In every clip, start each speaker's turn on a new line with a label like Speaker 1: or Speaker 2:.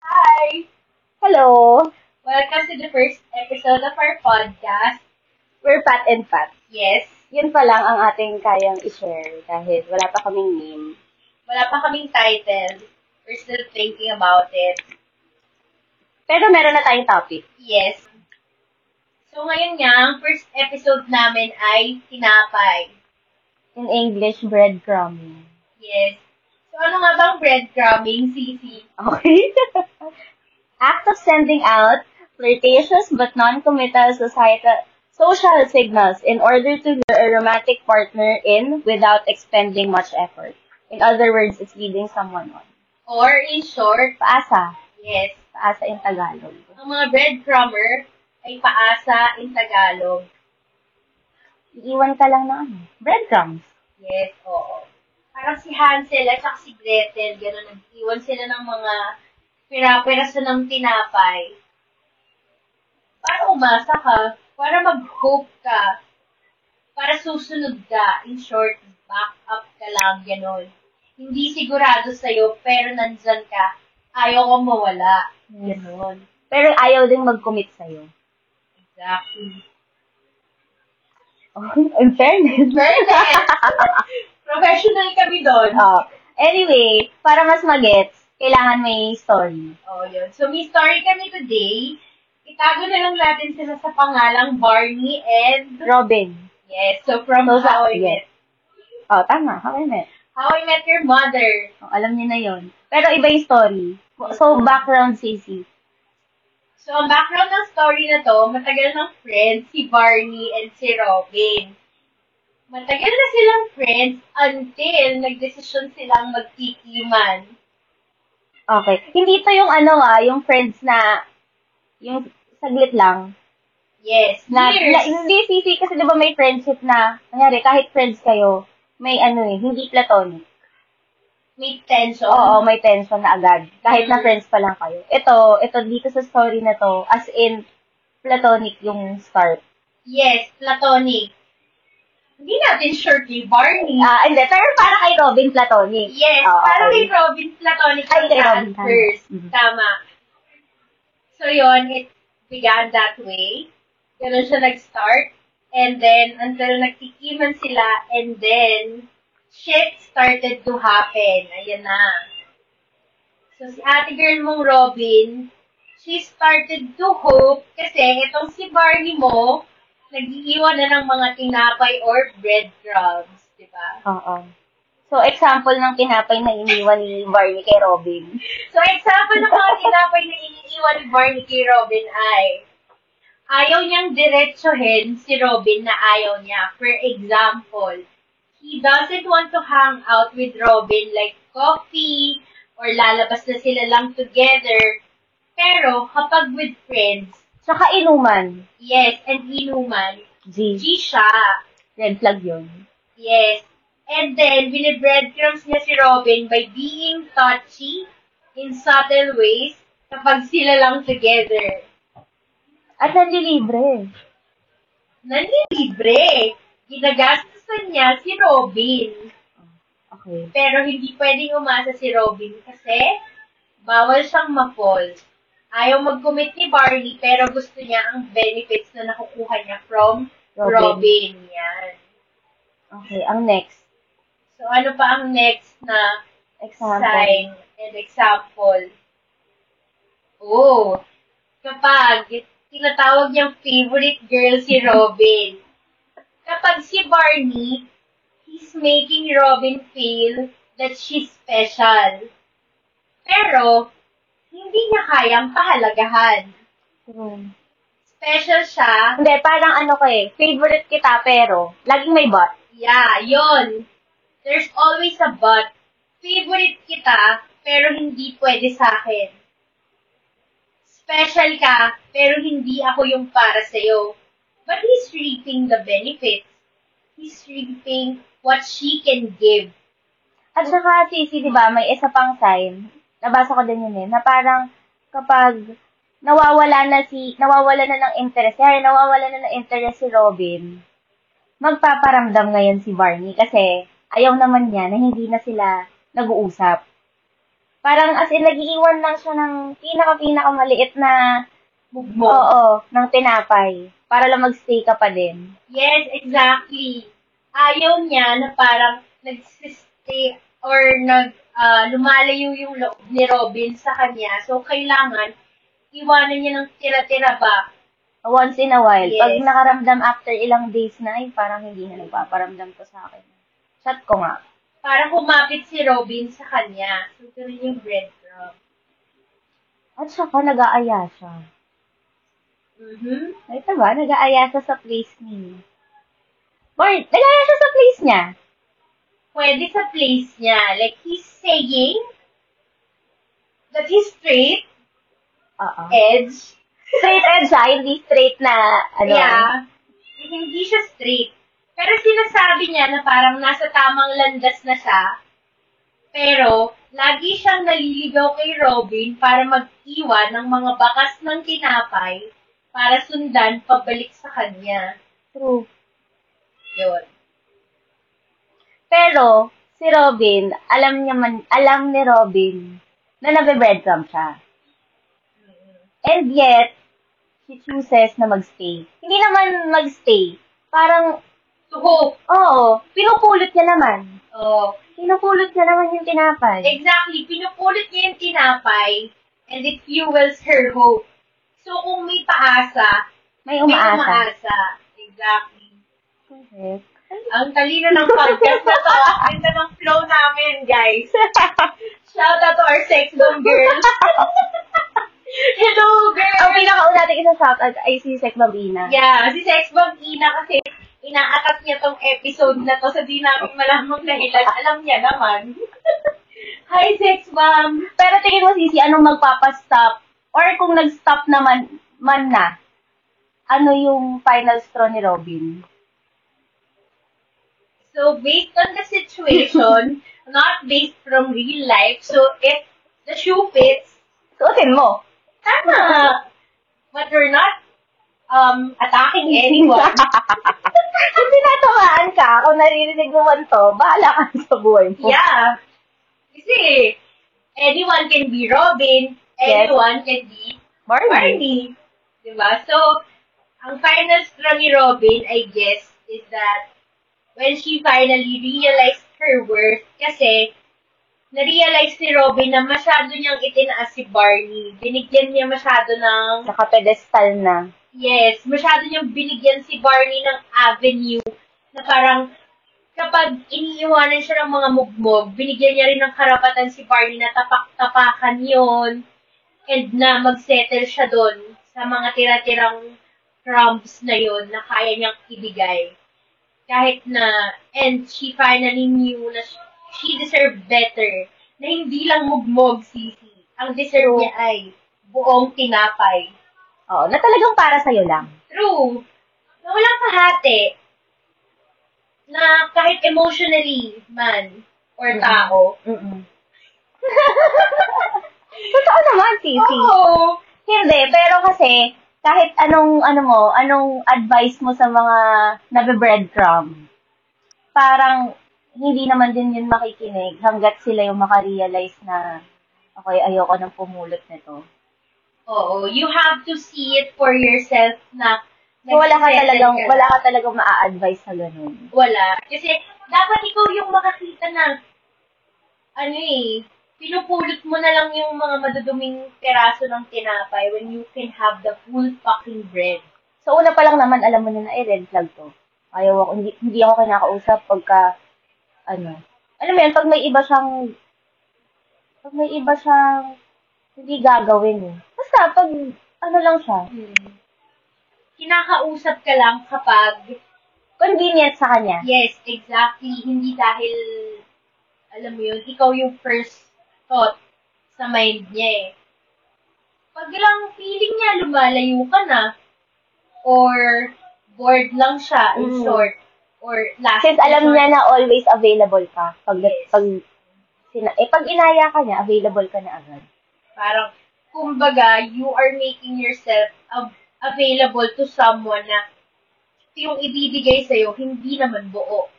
Speaker 1: Hi!
Speaker 2: Hello!
Speaker 1: Welcome to the first episode of our podcast.
Speaker 2: We're Pat and Pat.
Speaker 1: Yes,
Speaker 2: Yun pa lang ang ating kayang i-share dahil wala pa kaming name.
Speaker 1: wala pa kaming title. We're still thinking about it.
Speaker 2: Pero meron na tayong topic.
Speaker 1: Yes. So ngayon nga, ang first episode namin ay tinapay.
Speaker 2: In English, breadcrumbing.
Speaker 1: Yes. So ano nga bang breadcrumbing, Sisi?
Speaker 2: Okay? Act of sending out flirtatious but non-committal societal social signals in order to lure a romantic partner in without expending much effort. In other words, it's leading someone on.
Speaker 1: Or in short,
Speaker 2: Paasa.
Speaker 1: yes.
Speaker 2: Paasa in Tagalog.
Speaker 1: Ang mga breadcrumber ay paasa in Tagalog.
Speaker 2: Iiwan ka lang ng ano, breadcrumbs.
Speaker 1: Yes, oo. Parang si Hansel at saka si Gretel, gano'n, nag-iwan sila ng mga pira-piraso ng tinapay. Para umasa ka, para mag-hope ka, para susunod ka, in short, back up ka lang, gano'n. Hindi sigurado sa'yo, pero nandyan ka, ayaw kong mawala.
Speaker 2: Yes.
Speaker 1: Gano'n.
Speaker 2: Pero ayaw din mag-commit sa'yo.
Speaker 1: Exactly.
Speaker 2: in fairness.
Speaker 1: Perfect! Professional kami doon.
Speaker 2: Oo. Oh. anyway, para mas magets, kailangan may story.
Speaker 1: Oh, yun. So, may story kami today. Itago na lang natin sila sa pangalang Barney and...
Speaker 2: Robin.
Speaker 1: Yes, so from
Speaker 2: So, sa-
Speaker 1: How I
Speaker 2: yes.
Speaker 1: Met.
Speaker 2: Oh, tama. How I met.
Speaker 1: How I Met Your Mother.
Speaker 2: Oh, alam niyo na yon. Pero iba yung story. So, background CC.
Speaker 1: So, ang background ng story na to, matagal ng friends si Barney and si Robin. Matagal na silang friends until nagdesisyon silang magkikiman.
Speaker 2: Okay. Hindi to yung ano ah, yung friends na, yung saglit lang.
Speaker 1: Yes,
Speaker 2: Na, na
Speaker 1: years.
Speaker 2: hindi CC kasi di ba may friendship na, nangyari, kahit friends kayo, may ano eh, hindi platonic.
Speaker 1: May tension.
Speaker 2: Oo, may tension na agad. Kahit na
Speaker 1: Mm.
Speaker 2: friends pa lang kayo. Ito, ito dito sa story na to, as in, platonic yung start.
Speaker 1: Yes, platonic. Hindi natin sure kay Barney.
Speaker 2: Ah, hindi. Pero para kay Robin platonic.
Speaker 1: Yes,
Speaker 2: Oo,
Speaker 1: para
Speaker 2: oh, okay.
Speaker 1: kay Robin Platonic
Speaker 2: Ay,
Speaker 1: ang
Speaker 2: kay
Speaker 1: daan
Speaker 2: Robin, tama.
Speaker 1: first.
Speaker 2: Mhm.
Speaker 1: Tama. So yun, it began that way. Ganun siya nag-start. And then, until nagtikiman sila, and then, shit started to happen. Ayan na. So, si ate girl mong Robin, she started to hope kasi itong si Barney mo, nag-iiwan na ng mga tinapay or breadcrumbs, di ba?
Speaker 2: Oo. So, example ng tinapay na iniwan ni Barney kay Robin.
Speaker 1: So, example ng mga tinapay na iniiwan ni Barney kay Robin ay, ayaw niyang diretsuhin si Robin na ayaw niya. For example, he doesn't want to hang out with Robin like coffee or lalabas na sila lang together. Pero, kapag with friends,
Speaker 2: Tsaka inuman.
Speaker 1: yes, and inuman,
Speaker 2: G.
Speaker 1: G siya.
Speaker 2: Red flag yun.
Speaker 1: Yes. And then, binibreadcrumbs niya si Robin by being touchy in subtle ways kapag sila lang together.
Speaker 2: At nanlilibre.
Speaker 1: Nanlilibre. Ginagastusan niya si Robin.
Speaker 2: Okay.
Speaker 1: Pero hindi pwedeng umasa si Robin kasi bawal siyang ma-fall. Ayaw mag-commit ni Barney pero gusto niya ang benefits na nakukuha niya from Robin.
Speaker 2: Robin.
Speaker 1: Yan.
Speaker 2: Okay, ang next.
Speaker 1: So, ano pa ang next na
Speaker 2: Example.
Speaker 1: sign and example. Oh, kapag tinatawag niyang favorite girl si Robin, kapag si Barney, he's making Robin feel that she's special. Pero, hindi niya kayang pahalagahan.
Speaker 2: True.
Speaker 1: Special siya,
Speaker 2: Hindi, parang ano ko eh, favorite kita pero, laging may but.
Speaker 1: yeah, yon. There's always a but. Favorite kita, pero hindi pwede sa akin. Special ka, pero hindi ako yung para sa'yo. But he's reaping the benefits. He's reaping what she can give.
Speaker 2: At saka, Sisi, di ba, may isa pang sign, nabasa ko din yun eh, na parang kapag nawawala na si, nawawala na ng interest, kaya nawawala na ng interest si Robin, magpaparamdam ngayon si Barney kasi ayaw naman niya na hindi na sila nag-uusap. Parang as in, nagiiwan lang siya ng pinaka-pinaka maliit na,
Speaker 1: Bugbo.
Speaker 2: oo, ng tinapay. Para lang magstay ka pa din.
Speaker 1: Yes, exactly. Ayaw niya na parang nagsistay or nag ah, lumalayo yung loob ni Robin sa kanya. So, kailangan iwanan niya ng tira-tira ba.
Speaker 2: Once in a while.
Speaker 1: Yes.
Speaker 2: Pag nakaramdam after ilang days na, ay parang hindi na nagpaparamdam to sa akin. Chat ko nga.
Speaker 1: Parang humapit si Robin sa kanya. So, ganun yung breadcrumb.
Speaker 2: At saka, nag-aaya siya.
Speaker 1: Mm-hmm.
Speaker 2: Ito ba? Nag-aaya siya sa place niya. Bart, nag-aaya siya sa place niya.
Speaker 1: Pwede sa place niya. Like, he's saying that he's straight
Speaker 2: Oo.
Speaker 1: edge.
Speaker 2: Straight edge siya, hindi straight na, ano.
Speaker 1: Yeah. Hindi siya straight. Pero sinasabi niya na parang nasa tamang landas na siya. Pero, lagi siyang naliligaw kay Robin para mag-iwan ng mga bakas ng tinapay para sundan pabalik sa kanya.
Speaker 2: True.
Speaker 1: Yun.
Speaker 2: Pero, si Robin, alam niya man, alam ni Robin na nabe-breadcrumb siya. And yet, she chooses na magstay. Hindi naman magstay. Parang,
Speaker 1: To hope.
Speaker 2: oo, pinupulot niya naman.
Speaker 1: Oh,
Speaker 2: Pinupulot niya naman yung tinapay.
Speaker 1: exactly. Pinupulit niya yung tinapay and it fuels her hope. So, kung may paasa,
Speaker 2: May
Speaker 1: may
Speaker 2: umaasa.
Speaker 1: umaasa. Exactly.
Speaker 2: Correct.
Speaker 1: Ang talino ng podcast na to. Ang Ganda ng flow namin, guys. Shout out to our sex bomb girl. Hello, girl.
Speaker 2: Ang pinakauna natin isa shout out ay si Sek Babina.
Speaker 1: Yeah, si sex bomb Ina kasi inaatat niya tong episode na to sa di namin malamang dahilan. Alam niya naman. Hi, sex bomb.
Speaker 2: Pero tingin mo, Sisi, anong magpapastop? Or kung nag-stop naman, man na, ano yung final straw ni Robin?
Speaker 1: So, based on the situation, not based from real life, so if the shoe fits,
Speaker 2: Suotin mo.
Speaker 1: tama. But we're not um attacking anyone.
Speaker 2: Kung tinatamaan ka, kung naririnig mo man to, bahala ka sa buhay mo.
Speaker 1: Yeah. Kasi, anyone can be Robin,
Speaker 2: Yes.
Speaker 1: anyone can be
Speaker 2: Barney.
Speaker 1: Barney. Diba? So, ang final straw ni Robin, I guess, is that when she finally realized her worth, kasi, na-realize ni Robin na masyado niyang itinaas si Barney. Binigyan niya masyado ng
Speaker 2: Naka-pedestal na.
Speaker 1: Yes, masyado niyang binigyan si Barney ng avenue na parang kapag iniiwanan siya ng mga mugmog, binigyan niya rin ng karapatan si Barney na tapak-tapakan yon and na magsettle siya doon sa mga tira-tirang crumbs na yon na kaya niyang ibigay. Kahit na, and she finally knew na sh- she deserved better. Na hindi lang mugmog, Sisi. Ang deserve niya ay buong tinapay.
Speaker 2: Oo, na talagang para sa'yo lang.
Speaker 1: True. Na walang kahati. Na kahit emotionally man or
Speaker 2: Mm-hmm.
Speaker 1: tao.
Speaker 2: Mm-mm. Totoo naman, Sisi.
Speaker 1: Oo.
Speaker 2: Hindi, pero kasi, kahit anong, ano mo, anong advice mo sa mga nabe-breadcrumb, parang, hindi naman din yun makikinig hanggat sila yung makarealize na, okay, ayoko nang pumulot nito.
Speaker 1: Oo. You have to see it for yourself na
Speaker 2: So, wala ka
Speaker 1: nagsisettle
Speaker 2: talagang,
Speaker 1: ka.
Speaker 2: wala ka talagang maa-advise na ganun.
Speaker 1: Wala. Kasi dapat ikaw yung makakita na ano eh, pinupulot mo na lang yung mga maduduming peraso ng tinapay when you can have the full fucking bread.
Speaker 2: So, una pa lang naman, alam mo na na, eh, red flag to. Ayaw ako, hindi, hindi ako kinakausap pagka, ano, alam mo yun, pag may iba siyang, pag may iba siyang, hindi gagawin eh. Basta, pag, ano lang siya,
Speaker 1: Hmm. Kinakausap ka lang kapag
Speaker 2: convenient sa kanya.
Speaker 1: Yes, exactly. Hindi dahil, alam mo yun, ikaw yung first thought sa mind niya eh. Pag lang feeling niya lumalayo ka na, or bored lang siya, in
Speaker 2: Mm.
Speaker 1: short, or last
Speaker 2: Since alam niya na always available ka, pag,
Speaker 1: Yes.
Speaker 2: pag, sina, eh, pag inaya ka niya, available ka na agad.
Speaker 1: Parang, kumbaga, you are making yourself av- available to someone na yung ibibigay sa'yo, hindi naman buo.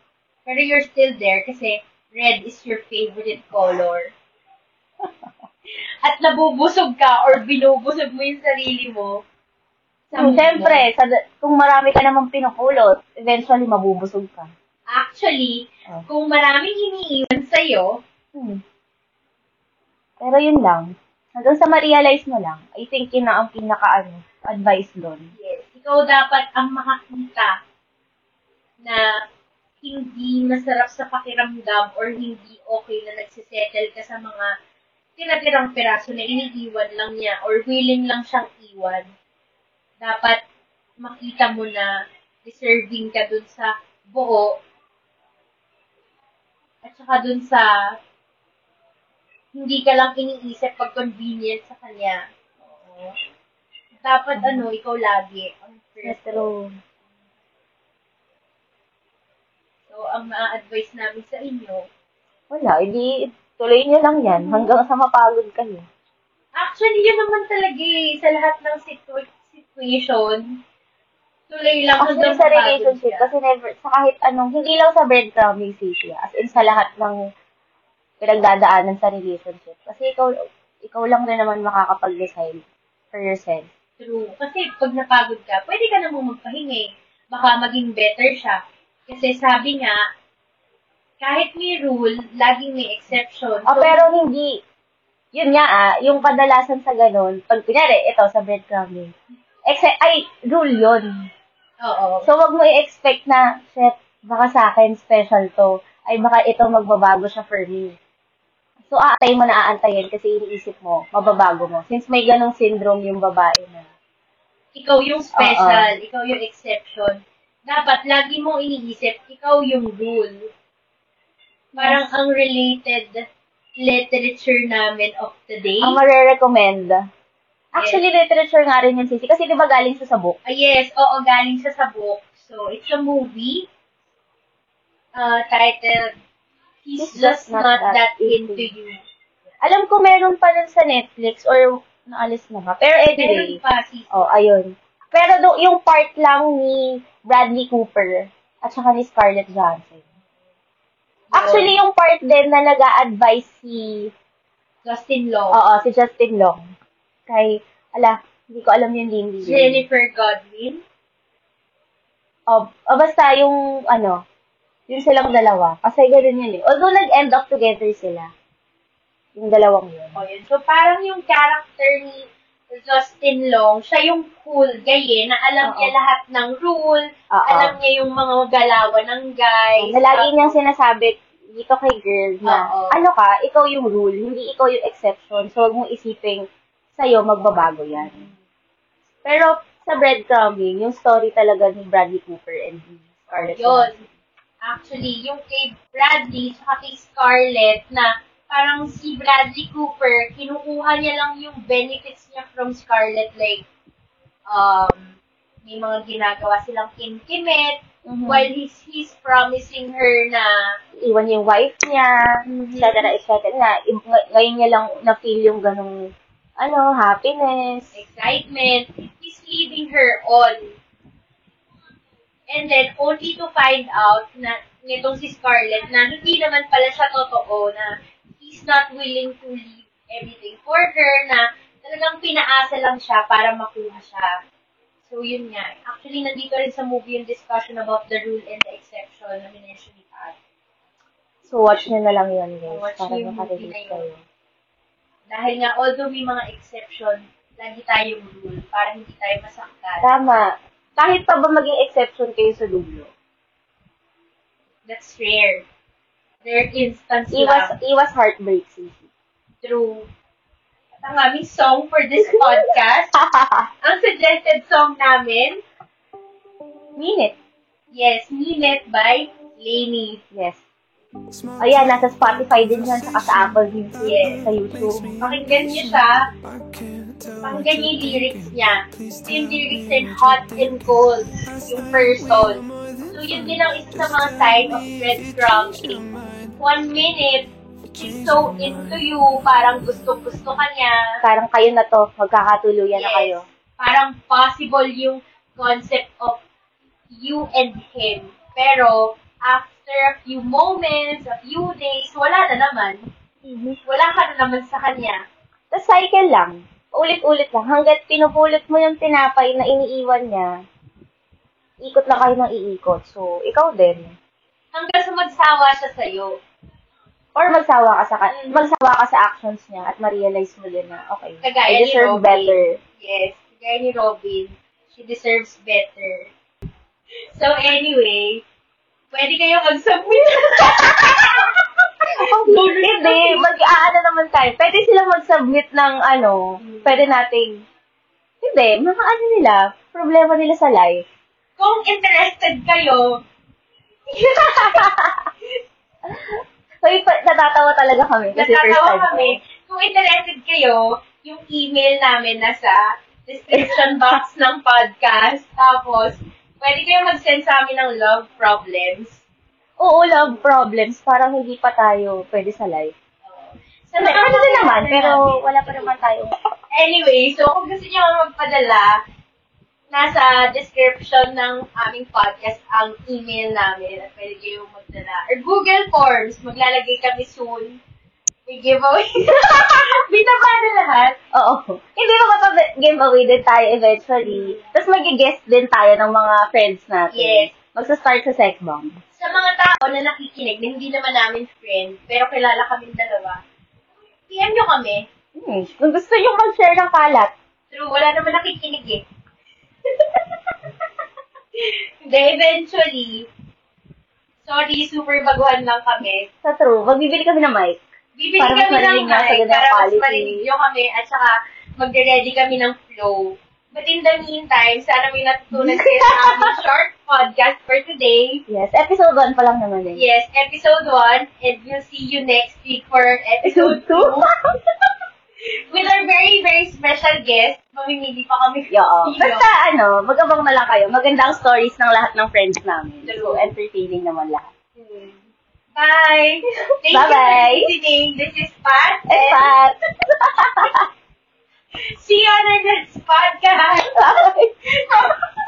Speaker 1: Pero you're still there kasi red is your favorite color. at nabubusog ka or binubusog mo yung sarili mo. sa
Speaker 2: So,
Speaker 1: mundo.
Speaker 2: Siyempre, sa, kung marami ka namang pinupulot, eventually mabubusog ka.
Speaker 1: Actually,
Speaker 2: Oh.
Speaker 1: kung maraming iniiwan sa'yo,
Speaker 2: Hmm. Pero yun lang. Hanggang sa ma-realize mo lang, I think yun na ang pinaka ano, advice doon.
Speaker 1: yes, ikaw dapat ang makakita na hindi masarap sa pakiramdam or hindi okay na nagsisettle ka sa mga tinatirang peraso na iniiwan lang niya or willing lang siyang iwan. Dapat makita mo na deserving ka dun sa buo at saka dun sa hindi ka lang iniisip pag convenient sa kanya. Oo. Dapat ano, ikaw lagi ang first
Speaker 2: Pero,
Speaker 1: So, ang ma-advise namin sa inyo,
Speaker 2: wala, hindi, tuloy niyo lang
Speaker 1: Hmm.
Speaker 2: yan hanggang sa mapagod kayo.
Speaker 1: actually, yun naman talaga eh, sa lahat ng situ- situation, tuloy lang
Speaker 2: Actually,
Speaker 1: hanggang
Speaker 2: sa
Speaker 1: mapagod
Speaker 2: relationship,
Speaker 1: ka.
Speaker 2: kasi never, sa kahit anong, hindi lang sa breadcrumbing safety, as in sa lahat ng pinagdadaanan sa relationship. Kasi ikaw, ikaw lang rin naman makakapag-decide for yourself.
Speaker 1: True. Kasi pag napagod ka, pwede ka namang magpahingi. Baka maging better siya. Kasi sabi nga, kahit may rule, laging may exception.
Speaker 2: Ah, pero hindi, yun nga ah, yung kadalasan sa ganun, pag kunyari, ito, sa breadcrumbing, except, ay, rule yun.
Speaker 1: oo.
Speaker 2: So, wag mo i-expect na, shit, baka sa akin special to, ay baka ito magbabago siya for me. So, aantay mo na aantayin kasi iniisip mo, mababago mo. Since may ganong syndrome yung babae na.
Speaker 1: ikaw yung
Speaker 2: Ah,
Speaker 1: special, ikaw yung exception. Dapat lagi mong iniisip, ikaw yung rule. Parang ang related literature namin of the day.
Speaker 2: Ang marirecommend. Actually, literature nga rin yun, Sisi. Kasi di ba galing siya sa book?
Speaker 1: Ah, yes, oo, galing siya sa book. So, it's a movie uh, titled He's, Just Not, That, Into You.
Speaker 2: Alam ko meron pa nun sa Netflix or naalis na nga. Pero
Speaker 1: Meron
Speaker 2: anyway.
Speaker 1: pa si
Speaker 2: Oh, ayun. Pero do, yung part lang ni Bradley Cooper at saka ni Scarlett Johansson. Actually, yung part din na nag-a-advise si,
Speaker 1: Justin Long,
Speaker 2: oo, si Justin Long. Kay, ala, hindi ko alam yung name niya.
Speaker 1: Jennifer Godwin.
Speaker 2: O, o Oh, basta yung, ano, yung silang dalawa. Kasi ganun yun eh. Although nag-end up together sila. Yung dalawang yun.
Speaker 1: O, Oh, yun. So, parang yung character ni Justin Long, siya yung cool guy eh, na alam
Speaker 2: Oo.
Speaker 1: niya lahat ng rule,
Speaker 2: Oo.
Speaker 1: alam niya yung mga galawan ng guys.
Speaker 2: Na lagi niyang sinasabi dito kay girl na,
Speaker 1: Oo.
Speaker 2: ano ka, ikaw yung rule, hindi ikaw yung exception. So, huwag mong isiping sa'yo magbabago yan. Pero, sa breadcrumbing, yung story talaga ni Bradley Cooper and ni Scarlett
Speaker 1: Yun.
Speaker 2: Johansson.
Speaker 1: Actually, yung kay Bradley sa kay Scarlett na parang si Bradley Cooper, kinukuha niya lang yung benefits niya from Scarlett. Like, um, may mga ginagawa silang kinkimet
Speaker 2: Mhm.
Speaker 1: while he's, he's promising her na
Speaker 2: Iwan niya yung wife niya,
Speaker 1: Mhm.
Speaker 2: etc. etc. na i- ng- ngayon niya lang na-feel yung ganong, ano, happiness.
Speaker 1: excitement. He's leading her on. And then, only to find out na nitong si Scarlett na hindi naman pala siya totoo na he's not willing to leave everything for her na talagang pinaasa lang siya para makuha siya. So, yun nga. Actually, nandito rin sa movie yung discussion about the rule and the exception na minention ni Pat.
Speaker 2: So, watch niyo na lang yun, guys,
Speaker 1: Watch
Speaker 2: para
Speaker 1: niyo yung movie na
Speaker 2: makarelate
Speaker 1: yun.
Speaker 2: kayo.
Speaker 1: Dahil nga, although may mga exception, lagi tayong rule para hindi tayo masaktan.
Speaker 2: Tama. Kahit pa ba maging exception kayo sa dulo?
Speaker 1: That's rare. Rare instance lang.
Speaker 2: Iwas, iwas heartbreak, Sisi.
Speaker 1: through ang aming song for this podcast. ang suggested song namin,
Speaker 2: Minute.
Speaker 1: yes, Nilet by Lainey.
Speaker 2: Yes. Ayan, nasa Spotify din yan, saka sa Apple Music,
Speaker 1: Yes.
Speaker 2: sa YouTube.
Speaker 1: Pakinggan niyo siya. Pakinggan niyo yung lyrics niya. Ito yung lyrics in hot and cold, yung person. So, yun din ang isa sa mga sign of breadcrumbing. One minute, she's so into you, parang gusto-gusto ka niya.
Speaker 2: Parang kayo na to, magkakatuluyan na
Speaker 1: Yes.
Speaker 2: kayo.
Speaker 1: Parang possible yung concept of you and him. Pero, after a few
Speaker 2: Mm-hmm.
Speaker 1: moments, a few days, wala na naman. Wala ka na naman sa kanya.
Speaker 2: Tapos cycle lang. Ulit-ulit lang. Hanggat pinupulot mo yung tinapay na iniiwan niya, ikot na kayo ng iikot. So, ikaw din.
Speaker 1: Hanggang sa magsawa siya sa'yo.
Speaker 2: Or magsawa ka sa
Speaker 1: Mm.
Speaker 2: magsawa ka sa actions niya at ma-realize mo din na, okay, I
Speaker 1: Kagaya ni
Speaker 2: deserve
Speaker 1: Robin.
Speaker 2: better.
Speaker 1: Yes, kaya ni Robin, she deserves better. So anyway, pwede kayo mag-submit.
Speaker 2: Hindi, mag-aano naman tayo. Pwede silang mag-submit ng ano, pwede nating, hindi, mga ano nila, problema nila sa life.
Speaker 1: Kung interested kayo,
Speaker 2: Uy, pa- natatawa talaga kami kasi first time.
Speaker 1: natatawa
Speaker 2: ko.
Speaker 1: kami. Kung interested kayo, yung email namin nasa description box ng podcast. Tapos, pwede kayo mag-send sa amin ng love problems.
Speaker 2: Oo, love problems. Parang hindi pa tayo pwede sa life.
Speaker 1: So,
Speaker 2: Ano ano din naman, pero
Speaker 1: namin.
Speaker 2: wala pa naman tayo.
Speaker 1: Anyway, so kung gusto niyo magpadala, nasa description ng aming podcast ang email namin at pwede kayong magdala. Or Google Forms, maglalagay kami soon. May giveaway. Bita pa na lahat.
Speaker 2: Oo. Hindi makapag-giveaway din tayo eventually. Tapos mag-guest din tayo ng mga friends natin.
Speaker 1: Yes.
Speaker 2: Magsa-start sa Sekbong.
Speaker 1: Sa mga tao na nakikinig na hindi naman namin friend, pero kilala kami dalawa, PM nyo kami.
Speaker 2: Hmm. Kung gusto nyo mag-share ng kalat,
Speaker 1: True, wala naman nakikinig eh. Hindi, eventually, sorry, super baguhan lang kami.
Speaker 2: sa true, magbibili kami ng mic.
Speaker 1: Bibili
Speaker 2: Para mas
Speaker 1: kami
Speaker 2: marinig
Speaker 1: ng
Speaker 2: nga sa
Speaker 1: mic
Speaker 2: ganung
Speaker 1: para mas
Speaker 2: quality.
Speaker 1: marinig nyo kami at saka magre-ready kami ng flow. But in the meantime, sana may natutunan kayo sa aming short podcast for today.
Speaker 2: Yes, episode 1 pa lang naman eh.
Speaker 1: Yes, episode 1, and we'll see you next week for episode 2 with our very, very special guest. Mamimili pa kami. kung
Speaker 2: Oo.
Speaker 1: sino.
Speaker 2: Basta ano, mag-abang na lang kayo. Maganda ang stories ng lahat ng friends namin. So, entertaining naman lahat.
Speaker 1: Hmm. Bye! Thank
Speaker 2: Bye-bye.
Speaker 1: you for listening. This is Pat.
Speaker 2: And Pat!
Speaker 1: See you on our next podcast.